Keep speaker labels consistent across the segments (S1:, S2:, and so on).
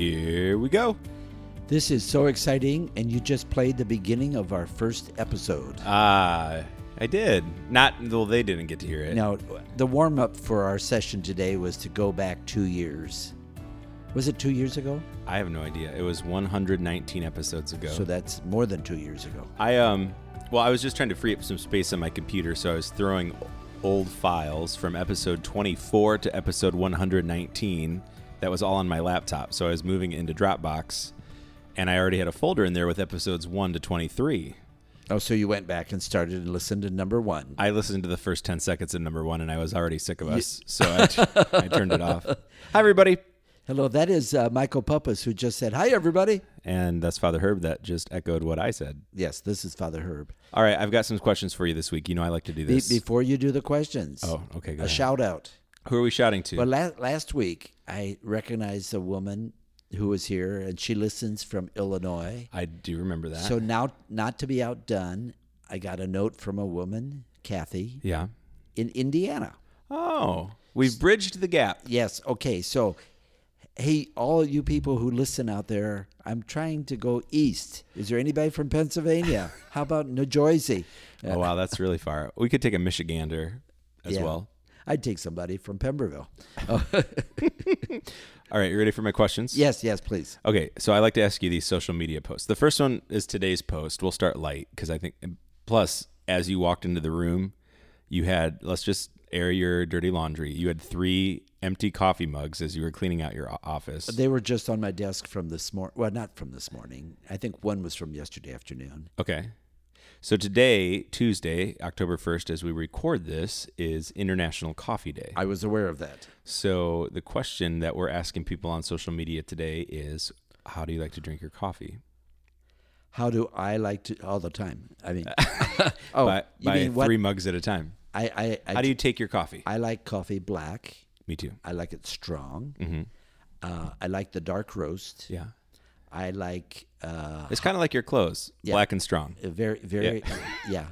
S1: we go.
S2: This is so exciting, and you just played the beginning of our first episode.
S1: Ah, I did. Not well, they didn't get to hear it.
S2: Now, the warm up for our session today was to go back two years. Was it two years ago?
S1: I have no idea. It was 119 episodes ago.
S2: So that's more than two years ago.
S1: I um, well, I was just trying to free up some space on my computer, so I was throwing o- old files from episode 24 to episode 119. That was all on my laptop, so I was moving it into Dropbox, and I already had a folder in there with episodes one to 23.
S2: Oh, so you went back and started and listened to number one.
S1: I listened to the first 10 seconds of number one, and I was already sick of us, so I, t- I turned it off. Hi, everybody.
S2: Hello, that is uh, Michael Puppas who just said, Hi, everybody.
S1: And that's Father Herb that just echoed what I said.
S2: Yes, this is Father Herb.
S1: All right, I've got some questions for you this week. You know I like to do
S2: Be-
S1: this.
S2: before you do the questions,
S1: oh, okay,
S2: a
S1: good.
S2: shout out.
S1: Who are we shouting to?
S2: Well, last, last week, I recognized a woman who was here, and she listens from Illinois.
S1: I do remember that.
S2: So now, not to be outdone, I got a note from a woman, Kathy,
S1: yeah.
S2: in Indiana.
S1: Oh, we've bridged the gap.
S2: Yes. Okay. So, hey, all you people who listen out there, I'm trying to go east. Is there anybody from Pennsylvania? How about New Jersey?
S1: Oh wow, that's really far. We could take a Michigander as
S2: Yeah.
S1: well.
S2: I'd take somebody from Pemberville.
S1: All right, you ready for my questions?
S2: Yes. Yes, please.
S1: Okay, so I like to ask you these social media posts. The first one is today's post. We'll start light because I think. Plus, as you walked into the room, you had let's just air your dirty laundry. You had three empty coffee mugs as you were cleaning out your o- office.
S2: They were just on my desk from this morning. Well, not from this morning. I think one was from yesterday afternoon.
S1: Okay. So today, Tuesday, October 1st, as we record this, is International Coffee Day.
S2: I was aware of that.
S1: So the question that we're asking people on social media today is how do you like to drink your coffee?
S2: How do I like to all the time? I mean, oh,
S1: by
S2: you
S1: by
S2: mean what?
S1: three mugs at a time.
S2: I, I, I,
S1: How do you take your coffee?
S2: I like coffee black.
S1: Me too.
S2: I like it strong. Uh, I like the dark roast.
S1: Mm-hmm. Yeah.
S2: I like uh,
S1: It's kind of like your clothes, black and strong.
S2: a very, very, yeah,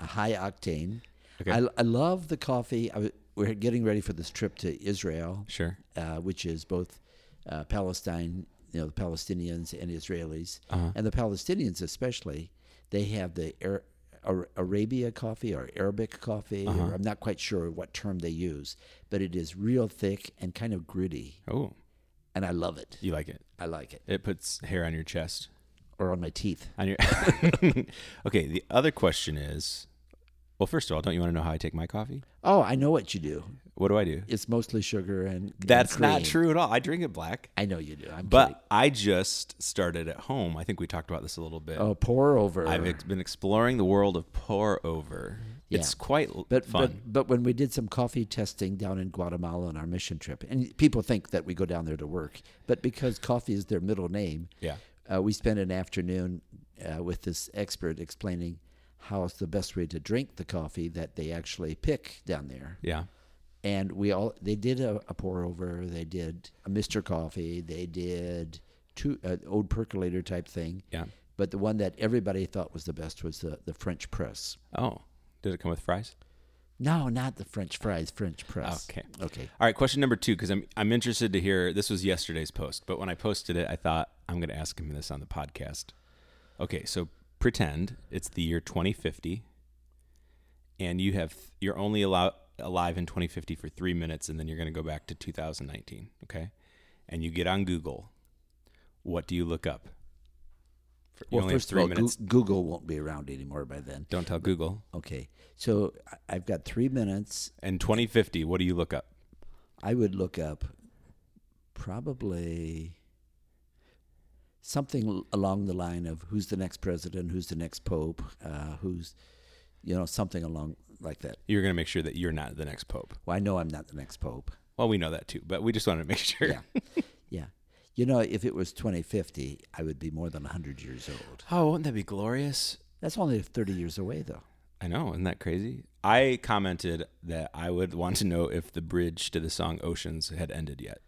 S2: a high octane.
S1: Okay.
S2: I, I love the coffee. I, w- we're getting ready for this trip to Israel,
S1: Sure.
S2: uh, which is both uh, Palestine, you know, the Palestinians and Israelis,
S1: Uh-huh.
S2: and the Palestinians especially. They have the Ar- Ar- Arabia coffee or Arabic coffee,
S1: Uh-huh.
S2: or I'm not quite sure what term they use, but it is real thick and kind of gritty,
S1: Oh,
S2: and I love it.
S1: you like it.
S2: I like it,
S1: It puts hair on your chest.
S2: or on my teeth.
S1: On your Okay, the other question is well, first of all, don't you want to know how I take my coffee?
S2: Oh, I know what you do.
S1: What do I do?
S2: It's mostly sugar and and
S1: That's not
S2: cream.
S1: true at all. I drink it black.
S2: I know you do. I'm kidding.
S1: But I just started at home. I think we talked about this a little bit.
S2: oh, pour over.
S1: I've ex- been exploring the world of pour over. It's
S2: Yeah.
S1: quite l-
S2: but,
S1: fun.
S2: but but when we did some coffee testing down in Guatemala on our mission trip, and people think that we go down there to work, but because coffee is their middle name,
S1: yeah.
S2: uh, we spent an afternoon uh, with this expert explaining how it's the best way to drink the coffee that they actually pick down there.
S1: Yeah.
S2: and we all they did a, a pour over they did a mr coffee they did two uh, old percolator type thing
S1: Yeah.
S2: but the one that everybody thought was the best was the, the french press
S1: Oh, did it come with fries?
S2: no not the french fries french press
S1: Okay.
S2: okay
S1: All right, question number two, because I'm I'm interested to hear. This was yesterday's post, but when I posted it, I thought I'm going to ask him this on the podcast. Okay, so pretend it's the year 2050, and you have you're only allow, alive in 2050 for three minutes, and then you're going to go back to 2019. Okay, and you get on Google. What do you look up? For- you
S2: well
S1: only have
S2: first of
S1: three
S2: all
S1: minutes.
S2: Goo- google won't be around anymore by then
S1: Don't tell Google.
S2: okay so I- i've got three minutes
S1: And 2050, what do you look up?
S2: i would look up probably something l- along the line of who's the next president, who's the next pope, uh, who's, you know, something along like that.
S1: You're going to make sure that you're not the next pope.
S2: Well, I know I'm not the next pope.
S1: Well, we know that too, but we just wanted to make sure.
S2: Yeah. yeah. You know, if it was 2050, I would be more than 100 years old.
S1: Oh, wouldn't that be glorious?
S2: That's only 30 years away, though.
S1: I know, isn't that crazy? I commented that I would want to know if the bridge to the song Oceans had ended yet.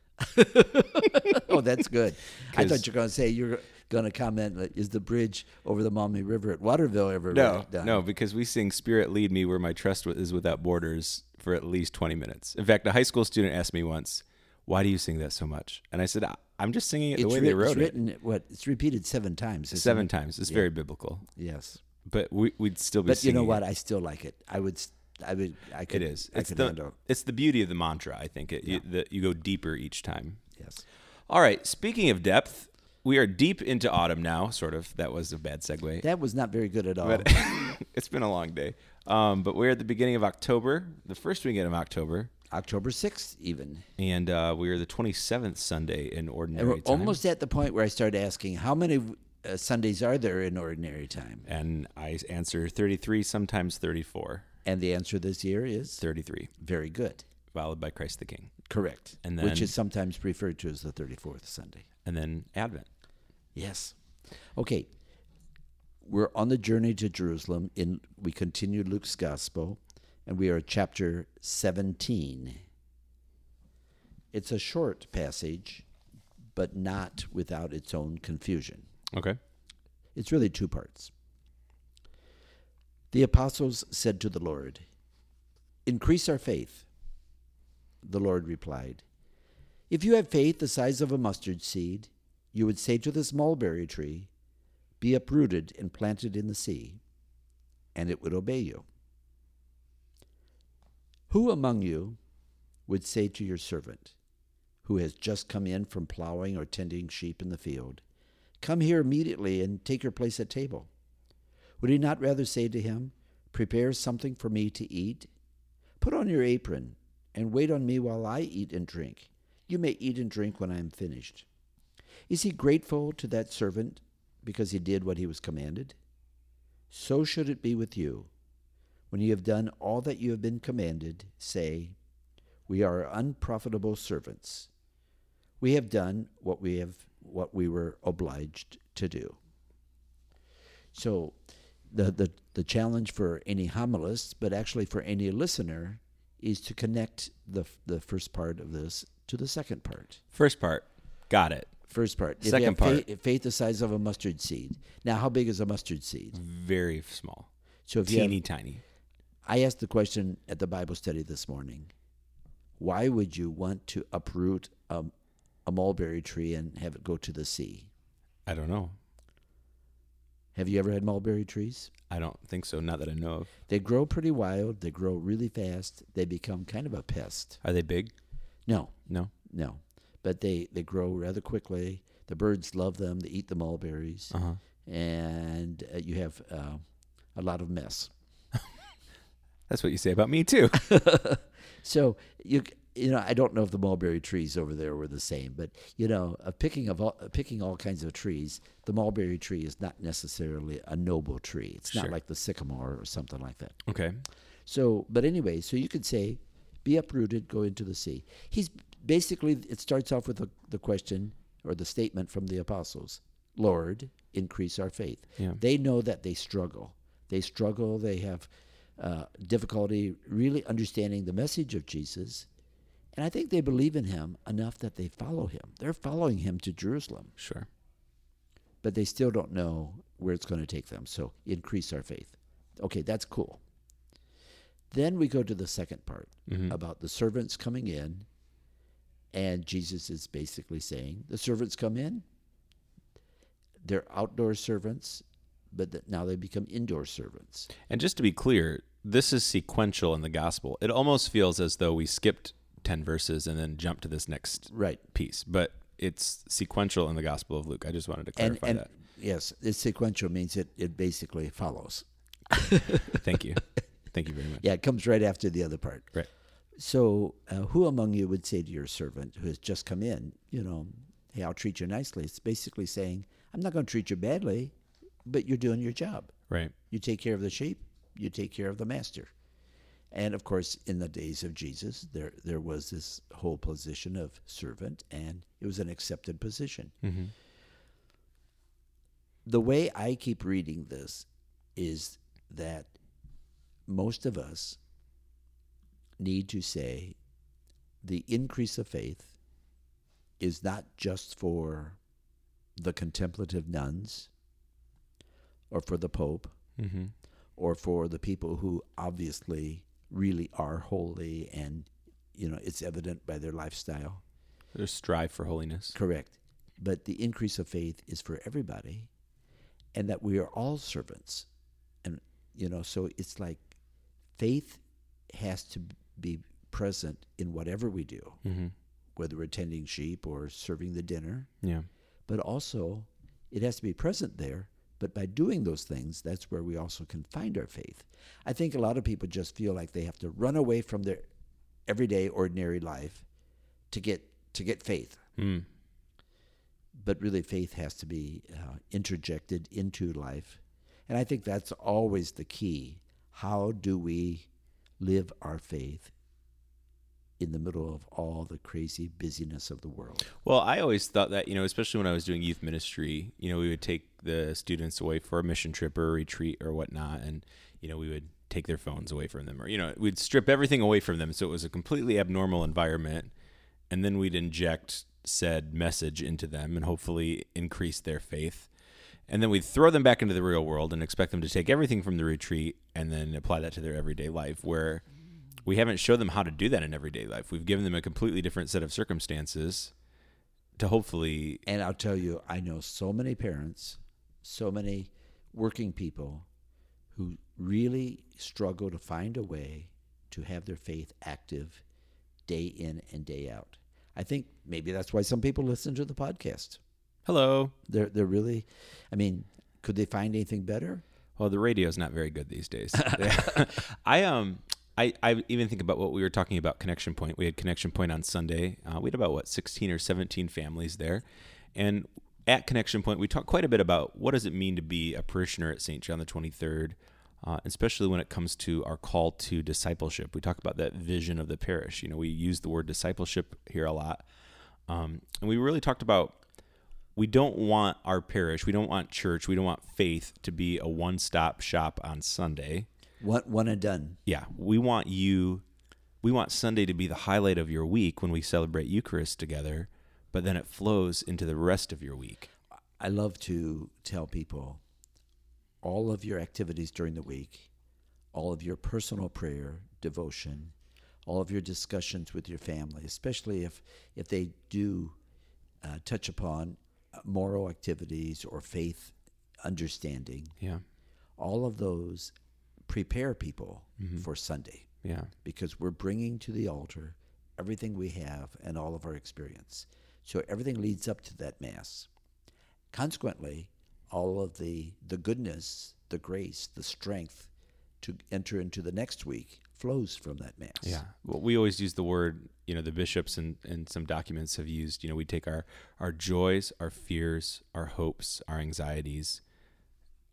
S2: Oh, that's good. I
S1: 'Cause-
S2: thought you were going to say you're going to comment, like, is the bridge over the Maumee River at Waterville ever done?
S1: no, because we sing Spirit Lead Me Where My Trust Wi- Is Without Borders for at least 20 minutes. In fact, a high school student asked me once, Why do you sing that so much? And I said, "I- I'm just singing it the
S2: it's
S1: way
S2: writ-
S1: they wrote
S2: it's
S1: it.
S2: written what it's repeated seven times. isn't
S1: Seven
S2: it?
S1: times. It's
S2: Yeah.
S1: very biblical,
S2: Yes.
S1: but we, we'd still be.
S2: But you know
S1: singing
S2: what?
S1: It.
S2: I still like it. I would. s- I would. I could.
S1: It is.
S2: I
S1: It's
S2: could
S1: the
S2: handle. it.
S1: it's the beauty of the mantra. I think it, you, that you go deeper each time.
S2: Yes.
S1: All right. Speaking of depth, we are deep into autumn now. Sort of. That was a bad segue.
S2: That was not very good at all.
S1: but it's been a long day. Um, but we're at the beginning of October, the first weekend of October,
S2: October sixth, even.
S1: and uh, we are the 27th Sunday in
S2: And
S1: ordinary
S2: we're
S1: time.
S2: almost at the point where I start asking, how many uh, Sundays are there in ordinary time?
S1: and I answer 33, sometimes 34.
S2: And the answer this year is
S1: 33,
S2: very good.
S1: followed by Christ the King,
S2: Correct.
S1: And
S2: Which
S1: then-
S2: is sometimes referred to as the 34th Sunday.
S1: and then Advent.
S2: Yes. Okay. We're on the journey to Jerusalem in we continue Luke's gospel and we are at chapter 17. It's a short passage but not without its own confusion.
S1: Okay.
S2: It's really two parts. The apostles said to the Lord, Increase our faith. The Lord replied, If you have faith the size of a mustard seed, you would say to this mulberry tree, Be uprooted and planted in the sea, and it would obey you. Who among you would say to your servant, who has just come in from plowing or tending sheep in the field, Come here immediately and take your place at table. Would he not rather say to him, Prepare something for me to eat? Put on your apron and wait on me while I eat and drink. You may eat and drink when I am finished. Is he grateful to that servant because he did what he was commanded? So should it be with you. When you have done all that you have been commanded, say, We are unprofitable servants we have done what we have what we were obliged to do. So the, the, the challenge for any homilist, but actually for any listener, is to connect the, the first part of this to the second part.
S1: First part, got it.
S2: First part. If you
S1: Second
S2: have
S1: part.
S2: Faith, faith the size of a mustard seed. Now, how big is a mustard seed?
S1: Very small,
S2: So if you
S1: teeny
S2: have,
S1: tiny.
S2: I asked the question at the Bible study this morning. Why would you want to uproot a, a mulberry tree and have it go to the sea?
S1: I don't know.
S2: Have you ever had mulberry trees?
S1: I don't think so. Not that I know of.
S2: They grow pretty wild. They grow really fast. They become kind of a pest.
S1: Are they big?
S2: No,
S1: No.
S2: no, but they they grow rather quickly. The birds love them. They eat the mulberries,
S1: Uh huh.
S2: and uh, you have uh, a lot of mess.
S1: That's what you say about me too.
S2: So you c- you know I don't know if the mulberry trees over there were the same, but you know a picking of all, a picking all kinds of trees. The mulberry tree is not necessarily a noble tree. It's not
S1: Sure.
S2: like the sycamore or something like that.
S1: okay.
S2: So, but anyway, so you could say, be uprooted, go into the sea. He's basically, it starts off with the, the question or the statement from the apostles Lord, increase our faith.
S1: Yeah.
S2: They know that they struggle. They struggle. They have uh, difficulty really understanding the message of Jesus. And I think they believe in him enough that they follow him. They're following him to Jerusalem,
S1: Sure.
S2: but they still don't know where it's going to take them. So increase our faith. Okay, that's cool. Then we go to the second part
S1: Mhm.
S2: about the servants coming in. And Jesus is basically saying the servants come in, they're outdoor servants, but that now they become indoor servants.
S1: And just to be clear, this is sequential in the gospel. It almost feels as though we skipped 10 verses and then jumped to this next
S2: Right.
S1: piece, but it's sequential in the gospel of Luke. I just wanted to
S2: And,
S1: clarify
S2: and yes, it's sequential means it, it basically follows.
S1: that. Thank you. Thank you very much.
S2: Yeah, it comes right after the other part.
S1: Right.
S2: So, uh, who among you would say to your servant who has just come in, you know, hey, I'll treat you nicely? It's basically saying, I'm not going to treat you badly, but you're doing your job.
S1: Right.
S2: You take care of the sheep, you take care of the master. And of course, in the days of Jesus, there, there was this whole position of servant, and it was an accepted position.
S1: Mm-hmm.
S2: The way I keep reading this is that most of us need to say the increase of faith is not just for the contemplative nuns or for the Pope
S1: Mm-hmm.
S2: or for the people who obviously really are holy and you know it's evident by their lifestyle
S1: There's strive for holiness.
S2: correct But the increase of faith is for everybody, and that we are all servants. And, you know, so it's like faith has to be present in whatever we do,
S1: Mm-hmm.
S2: whether we're tending sheep or serving the dinner,
S1: Yeah.
S2: but also it has to be present there. But by doing those things, that's where we also can find our faith. I think a lot of people just feel like they have to run away from their everyday, ordinary life to get to get faith.
S1: Mm.
S2: But really, faith has to be uh, interjected into life, and I think that's always the key. How do we live our faith in the middle of all the crazy busyness of the world?
S1: Well, I always thought that, you know, especially when I was doing youth ministry, you know, we would take the students away for a mission trip or a retreat or whatnot. And, you know, we would take their phones away from them or, you know, we'd strip everything away from them. So it was a completely abnormal environment. And then we'd inject said message into them and hopefully increase their faith. And then we'd throw them back into the real world and expect them to take everything from the retreat and then apply that to their everyday life where we haven't showed them how to do that in everyday life. We've given them a completely different set of circumstances to hopefully
S2: And I'll tell you, I know so many parents, so many working people who really struggle to find a way to have their faith active day in and day out. I think maybe that's why some people listen to the podcast.
S1: hello.
S2: They're they're really I mean, could they find anything better?
S1: Well, the radio's not very good these days. I um I, I even think about what we were talking about connection point. We had connection point on Sunday. Uh, we had about what 16 or 17 families there. And at connection point, we talked quite a bit about what does it mean to be a parishioner at St. John the 23rd, uh, especially when it comes to our call to discipleship. We talk about that vision of the parish. You know, we use the word discipleship here a lot. Um, and we really talked about we don't want our parish, we don't want church, we don't want faith to be a one stop shop on Sunday.
S2: One one and done.
S1: Yeah, we want you, we want Sunday to be the highlight of your week when we celebrate Eucharist together, but then it flows into the rest of your week.
S2: I love to tell people all of your activities during the week, all of your personal prayer, devotion, all of your discussions with your family, especially if, if they do uh, touch upon uh, moral activities or faith understanding,
S1: Yeah,
S2: all of those prepare people for Sunday
S1: yeah,
S2: because we're bringing to the altar everything we have and all of our experience. So everything leads up to that mass. Consequently, all of the the goodness, the grace, the strength to enter into the next week flows from that mass.
S1: yeah. Well, we always use the word, you know, the bishops and, and some documents have used, you know, we take our, our joys, our fears, our hopes, our anxieties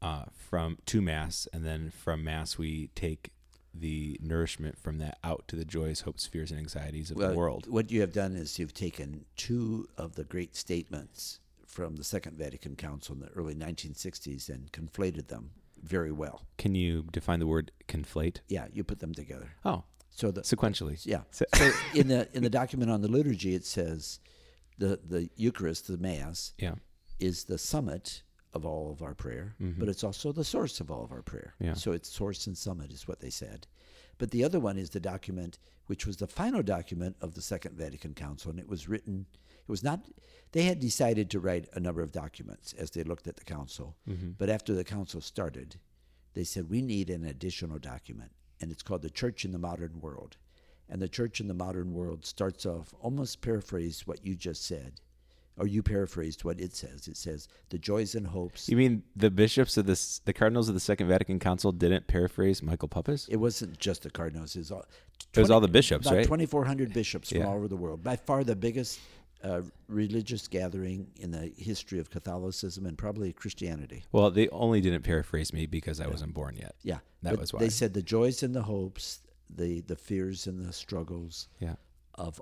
S1: uh, from to mass, and then from mass we take the nourishment from that out to the joys, hopes, fears, and anxieties of
S2: Well,
S1: the world.
S2: Uh, What you have done is you've taken two of the great statements from the Second Vatican Council in the early 1960s and conflated them very well.
S1: Can you define the word conflate?
S2: Yeah, you put them together.
S1: Oh,
S2: So the
S1: sequentially.
S2: Yeah.
S1: So-
S2: So, in the in the document on the liturgy, it says the the Eucharist, the Mass,
S1: Yeah.
S2: is the summit of all of our prayer, but it's also the source of all of our prayer.
S1: Yeah.
S2: So it's source and summit is what they said. But the other one is the document which was the final document of the Second Vatican Council, and it was written. It was not. They had decided to write a number of documents as they looked at the council, but after the council started, they said we need an additional document, and it's called the Church in the Modern World. And the Church in the Modern World starts off almost paraphrased what you just said or you paraphrased what it says. It says the joys and hopes.
S1: You mean the bishops of this, the cardinals of the Second Vatican Council didn't paraphrase Michael Puppis? It
S2: It wasn't just the cardinals. It was all,
S1: was
S2: 20
S1: all the bishops,
S2: about
S1: right?
S2: 2,400 bishops
S1: Yeah.
S2: from all over the world. By far the biggest uh, religious gathering in the history of Catholicism and probably Christianity.
S1: well, they only didn't paraphrase me because I wasn't born yet.
S2: Yeah,
S1: That
S2: But
S1: was why.
S2: they said the joys and the hopes, the the fears and the struggles
S1: Yeah.
S2: of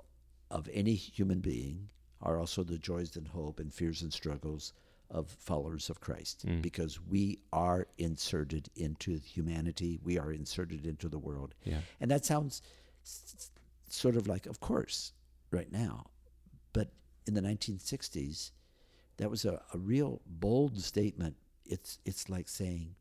S2: of any human being are also the joys and hope and fears and struggles of followers of Christ because we are inserted into humanity we are inserted into the world
S1: Yeah.
S2: and that sounds s- s- sort of like of course right now but in the 1960s that was a, a real bold statement it's it's like saying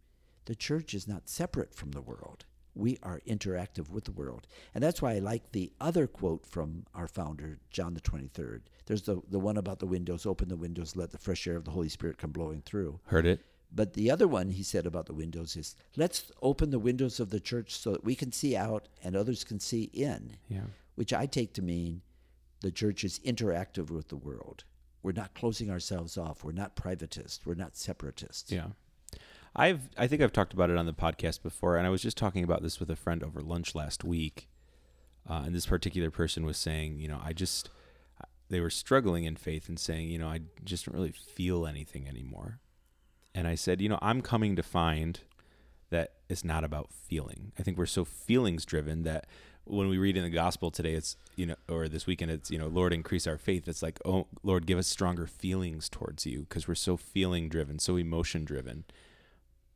S2: the church is not separate from the world we are interactive with the world. And that's why I like the other quote from our founder, John the 23rd. There's the, the one about the windows, open the windows, let the fresh air of the Holy Spirit come blowing through.
S1: Heard it?
S2: But the other one he said about the windows is let's open the windows of the church so that we can see out and others can see in,
S1: Yeah.
S2: which I take to mean the church is interactive with the world. We're not closing ourselves off. We're not privatist. We're not separatist.
S1: Yeah. I've I think I've talked about it on the podcast before, and I was just talking about this with a friend over lunch last week. Uh, and this particular person was saying, you know, I just they were struggling in faith and saying, you know, I just don't really feel anything anymore. And I said, you know, I'm coming to find that it's not about feeling. I think we're so feelings driven that when we read in the gospel today, it's you know, or this weekend, it's you know, Lord, increase our faith. It's like, oh Lord, give us stronger feelings towards you because we're so feeling driven, so emotion driven.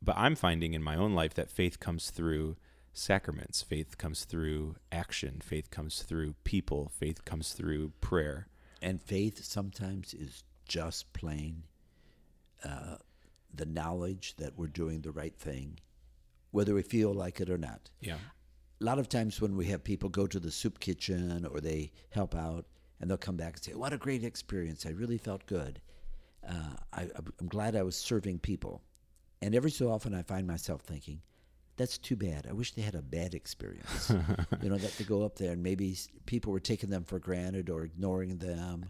S1: But I'm finding in my own life that faith comes through sacraments, faith comes through action, faith comes through people, faith comes through prayer.
S2: And faith sometimes is just plain uh, the knowledge that we're doing the right thing, whether we feel like it or not.
S1: Yeah,
S2: A lot of times when we have people go to the soup kitchen or they help out and they'll come back and say, What a great experience. I really felt good. Uh, I, I'm- I'm glad I was serving people. And every so often I find myself thinking, that's too bad. I wish they had a bad experience. you know, that to go up there and maybe s- people were taking them for granted or ignoring them.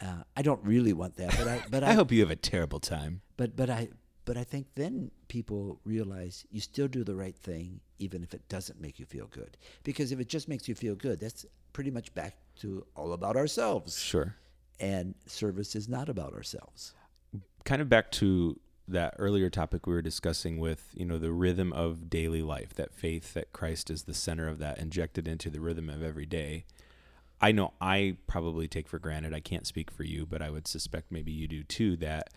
S2: Uh, I don't really want that, but I, but
S1: I hope you have a terrible time.
S2: but but I but I think then people realize you still do the right thing even if it doesn't make you feel good. Because if it just makes you feel good, that's pretty much back to all about ourselves.
S1: Sure.
S2: And service is not about ourselves.
S1: kind of back to that earlier topic we were discussing with you know the rhythm of daily life that faith that christ is the center of that injected into the rhythm of every day i know i probably take for granted i can't speak for you but i would suspect maybe you do too that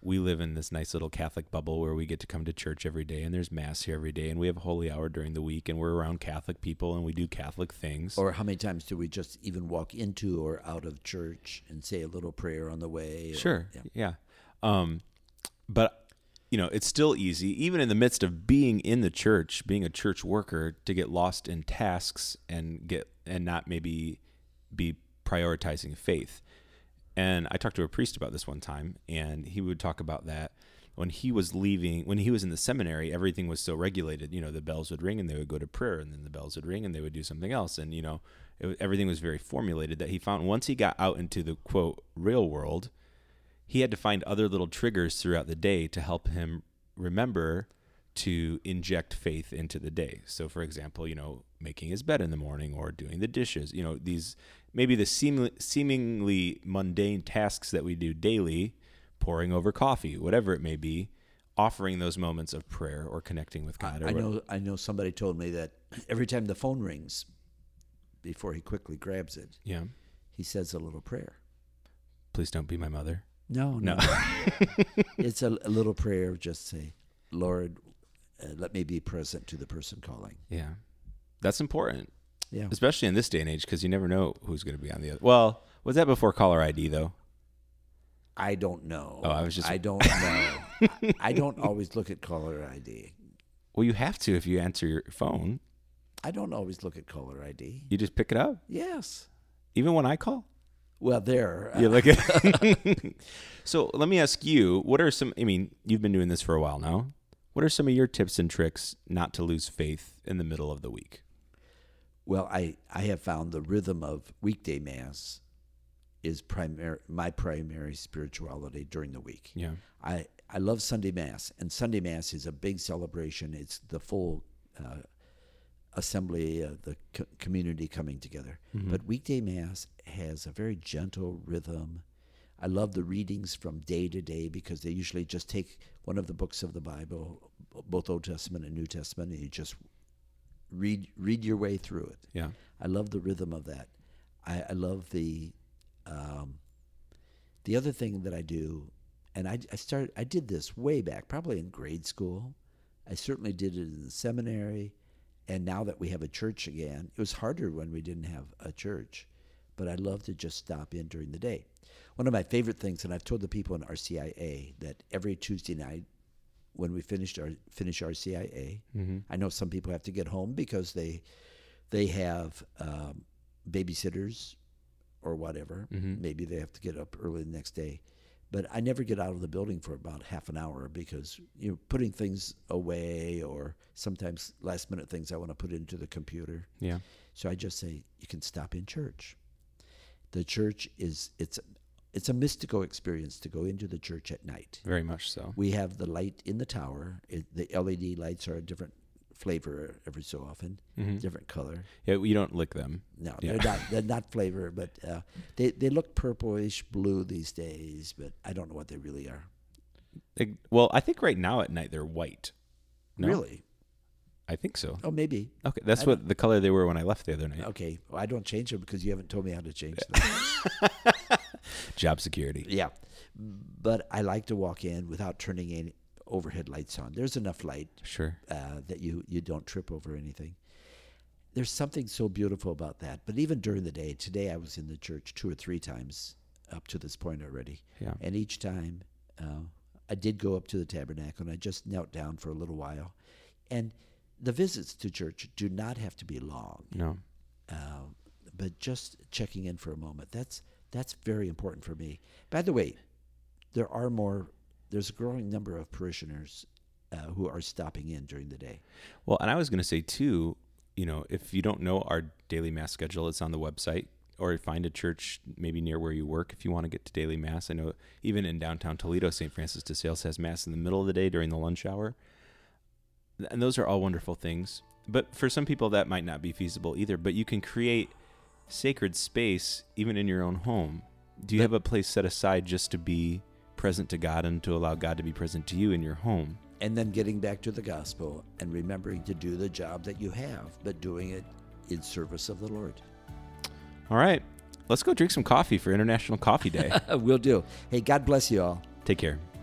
S1: we live in this nice little catholic bubble where we get to come to church every day and there's mass here every day and we have holy hour during the week and we're around catholic people and we do catholic things
S2: Or how many times do we just even walk into or out of church and say a little prayer on the way? or-
S1: Sure.
S2: yeah.
S1: Yeah. Um, but you know, it's still easy, even in the midst of being in the church, being a church worker, to get lost in tasks and get and not maybe be prioritizing faith. And I talked to a priest about this one time, and he would talk about that when he was leaving, when he was in the seminary, everything was so regulated. You know, the bells would ring and they would go to prayer, and then the bells would ring and they would do something else. And, you know, it, wa- everything was very formulated that he found once he got out into the quote real world, he had to find other little triggers throughout the day to help him remember to inject faith into the day. So, for example, you know, making his bed in the morning or doing the dishes, you know, these maybe the seem- seemingly mundane tasks that we do daily, pouring over coffee, whatever it may be, offering those moments of prayer or connecting with God. or
S2: I
S1: what-
S2: know I know somebody told me that every time the phone rings before he quickly grabs it,
S1: Yeah.
S2: he says a little prayer.
S1: Please don't be my mother.
S2: No, no.
S1: No.
S2: it's a, a little prayer of just say, Lord, uh, let me be present to the person calling.
S1: yeah. That's important,
S2: Yeah.
S1: especially in this day and age, because you never know who's going to be on the other. Well, was that before caller ID, though?
S2: I don't know.
S1: Oh, I was just-
S2: I don't know. I don't always look at caller ID.
S1: Well, you have to if you answer your phone.
S2: I don't always look at caller ID.
S1: You just pick it up,
S2: Yes.
S1: even when I call.
S2: Well, there. uh,
S1: You look at. so let me ask you: What are some? I mean, you've been doing this for a while now. What are some of your tips and tricks not to lose faith in the middle of the week?
S2: Well, I, I have found the rhythm of weekday mass is primary my primary spirituality during the week.
S1: Yeah,
S2: I, I love Sunday Mass, and Sunday Mass is a big celebration. It's the full uh, assembly of the co- community coming together. But weekday Mass has a very gentle rhythm. I love the readings from day to day because they usually just take one of the books of the Bible, b- both Old Testament and New Testament, and you just read read your way through it.
S1: yeah,
S2: I love the rhythm of that. I, I love the um, the other thing that I do, and I, I started I did this way back, probably in grade school. I certainly did it in the seminary, and now that we have a church again, it was harder when we didn't have a church. But I love to just stop in during the day. One of my favorite things, and I've told the people in RCIA that every Tuesday night when we finished our finish our CIA. I know some people have to get home because they they have um, babysitters or whatever. Maybe they have to get up early the next day. But I never get out of the building for about half an hour because you know putting things away or sometimes last minute things I want to put into the computer.
S1: Yeah.
S2: So I just say you can stop in church. The church is it's it's a mystical experience to go into the church at night.
S1: Very much so.
S2: We have the light in the tower. It, the LED lights are a different flavor every so often, different color.
S1: Yeah, you don't lick them.
S2: No,
S1: Yeah.
S2: they're not they're not flavor, but uh, they they look purplish blue these days, but I don't know what they really are.
S1: Like, well, I think right now at night they're white. No?
S2: Really?
S1: I think so.
S2: Oh, maybe.
S1: Okay, that's
S2: I
S1: what the color they were when I left the other night.
S2: Okay. Well, I don't change them because you haven't told me how to change them.
S1: Job security.
S2: yeah, but I like to walk in without turning any overhead lights on. There's enough light
S1: Sure.
S2: uh, that you you don't trip over anything. There's something so beautiful about that. But even during the day, today I was in the church two or three times up to this point already,
S1: Yeah.
S2: and each time uh, I did go up to the tabernacle and I just knelt down for a little while, and the visits to church do not have to be long,
S1: No.
S2: uh, but just checking in for a moment. That's that's very important for me. By the way, there are more. There's a growing number of parishioners uh, who are stopping in during the day.
S1: Well, and I was going to say too, you know, if you don't know our daily mass schedule, it's on the website or find a church maybe near where you work if you want to get to daily mass. I know even in downtown Toledo, St. Francis de Sales has mass in the middle of the day during the lunch hour. Th- And those are all wonderful things. But for some people that might not be feasible either, but you can create sacred space even in your own home. Do you have a place set aside just to be present to God and to allow God to be present to you in your home?
S2: and then getting back to the gospel and remembering to do the job that you have, but doing it in service of the Lord.
S1: All right.
S2: Uh,
S1: Let's go drink some coffee for International Coffee Day.
S2: We'll do. Hey, God bless you all.
S1: Take care.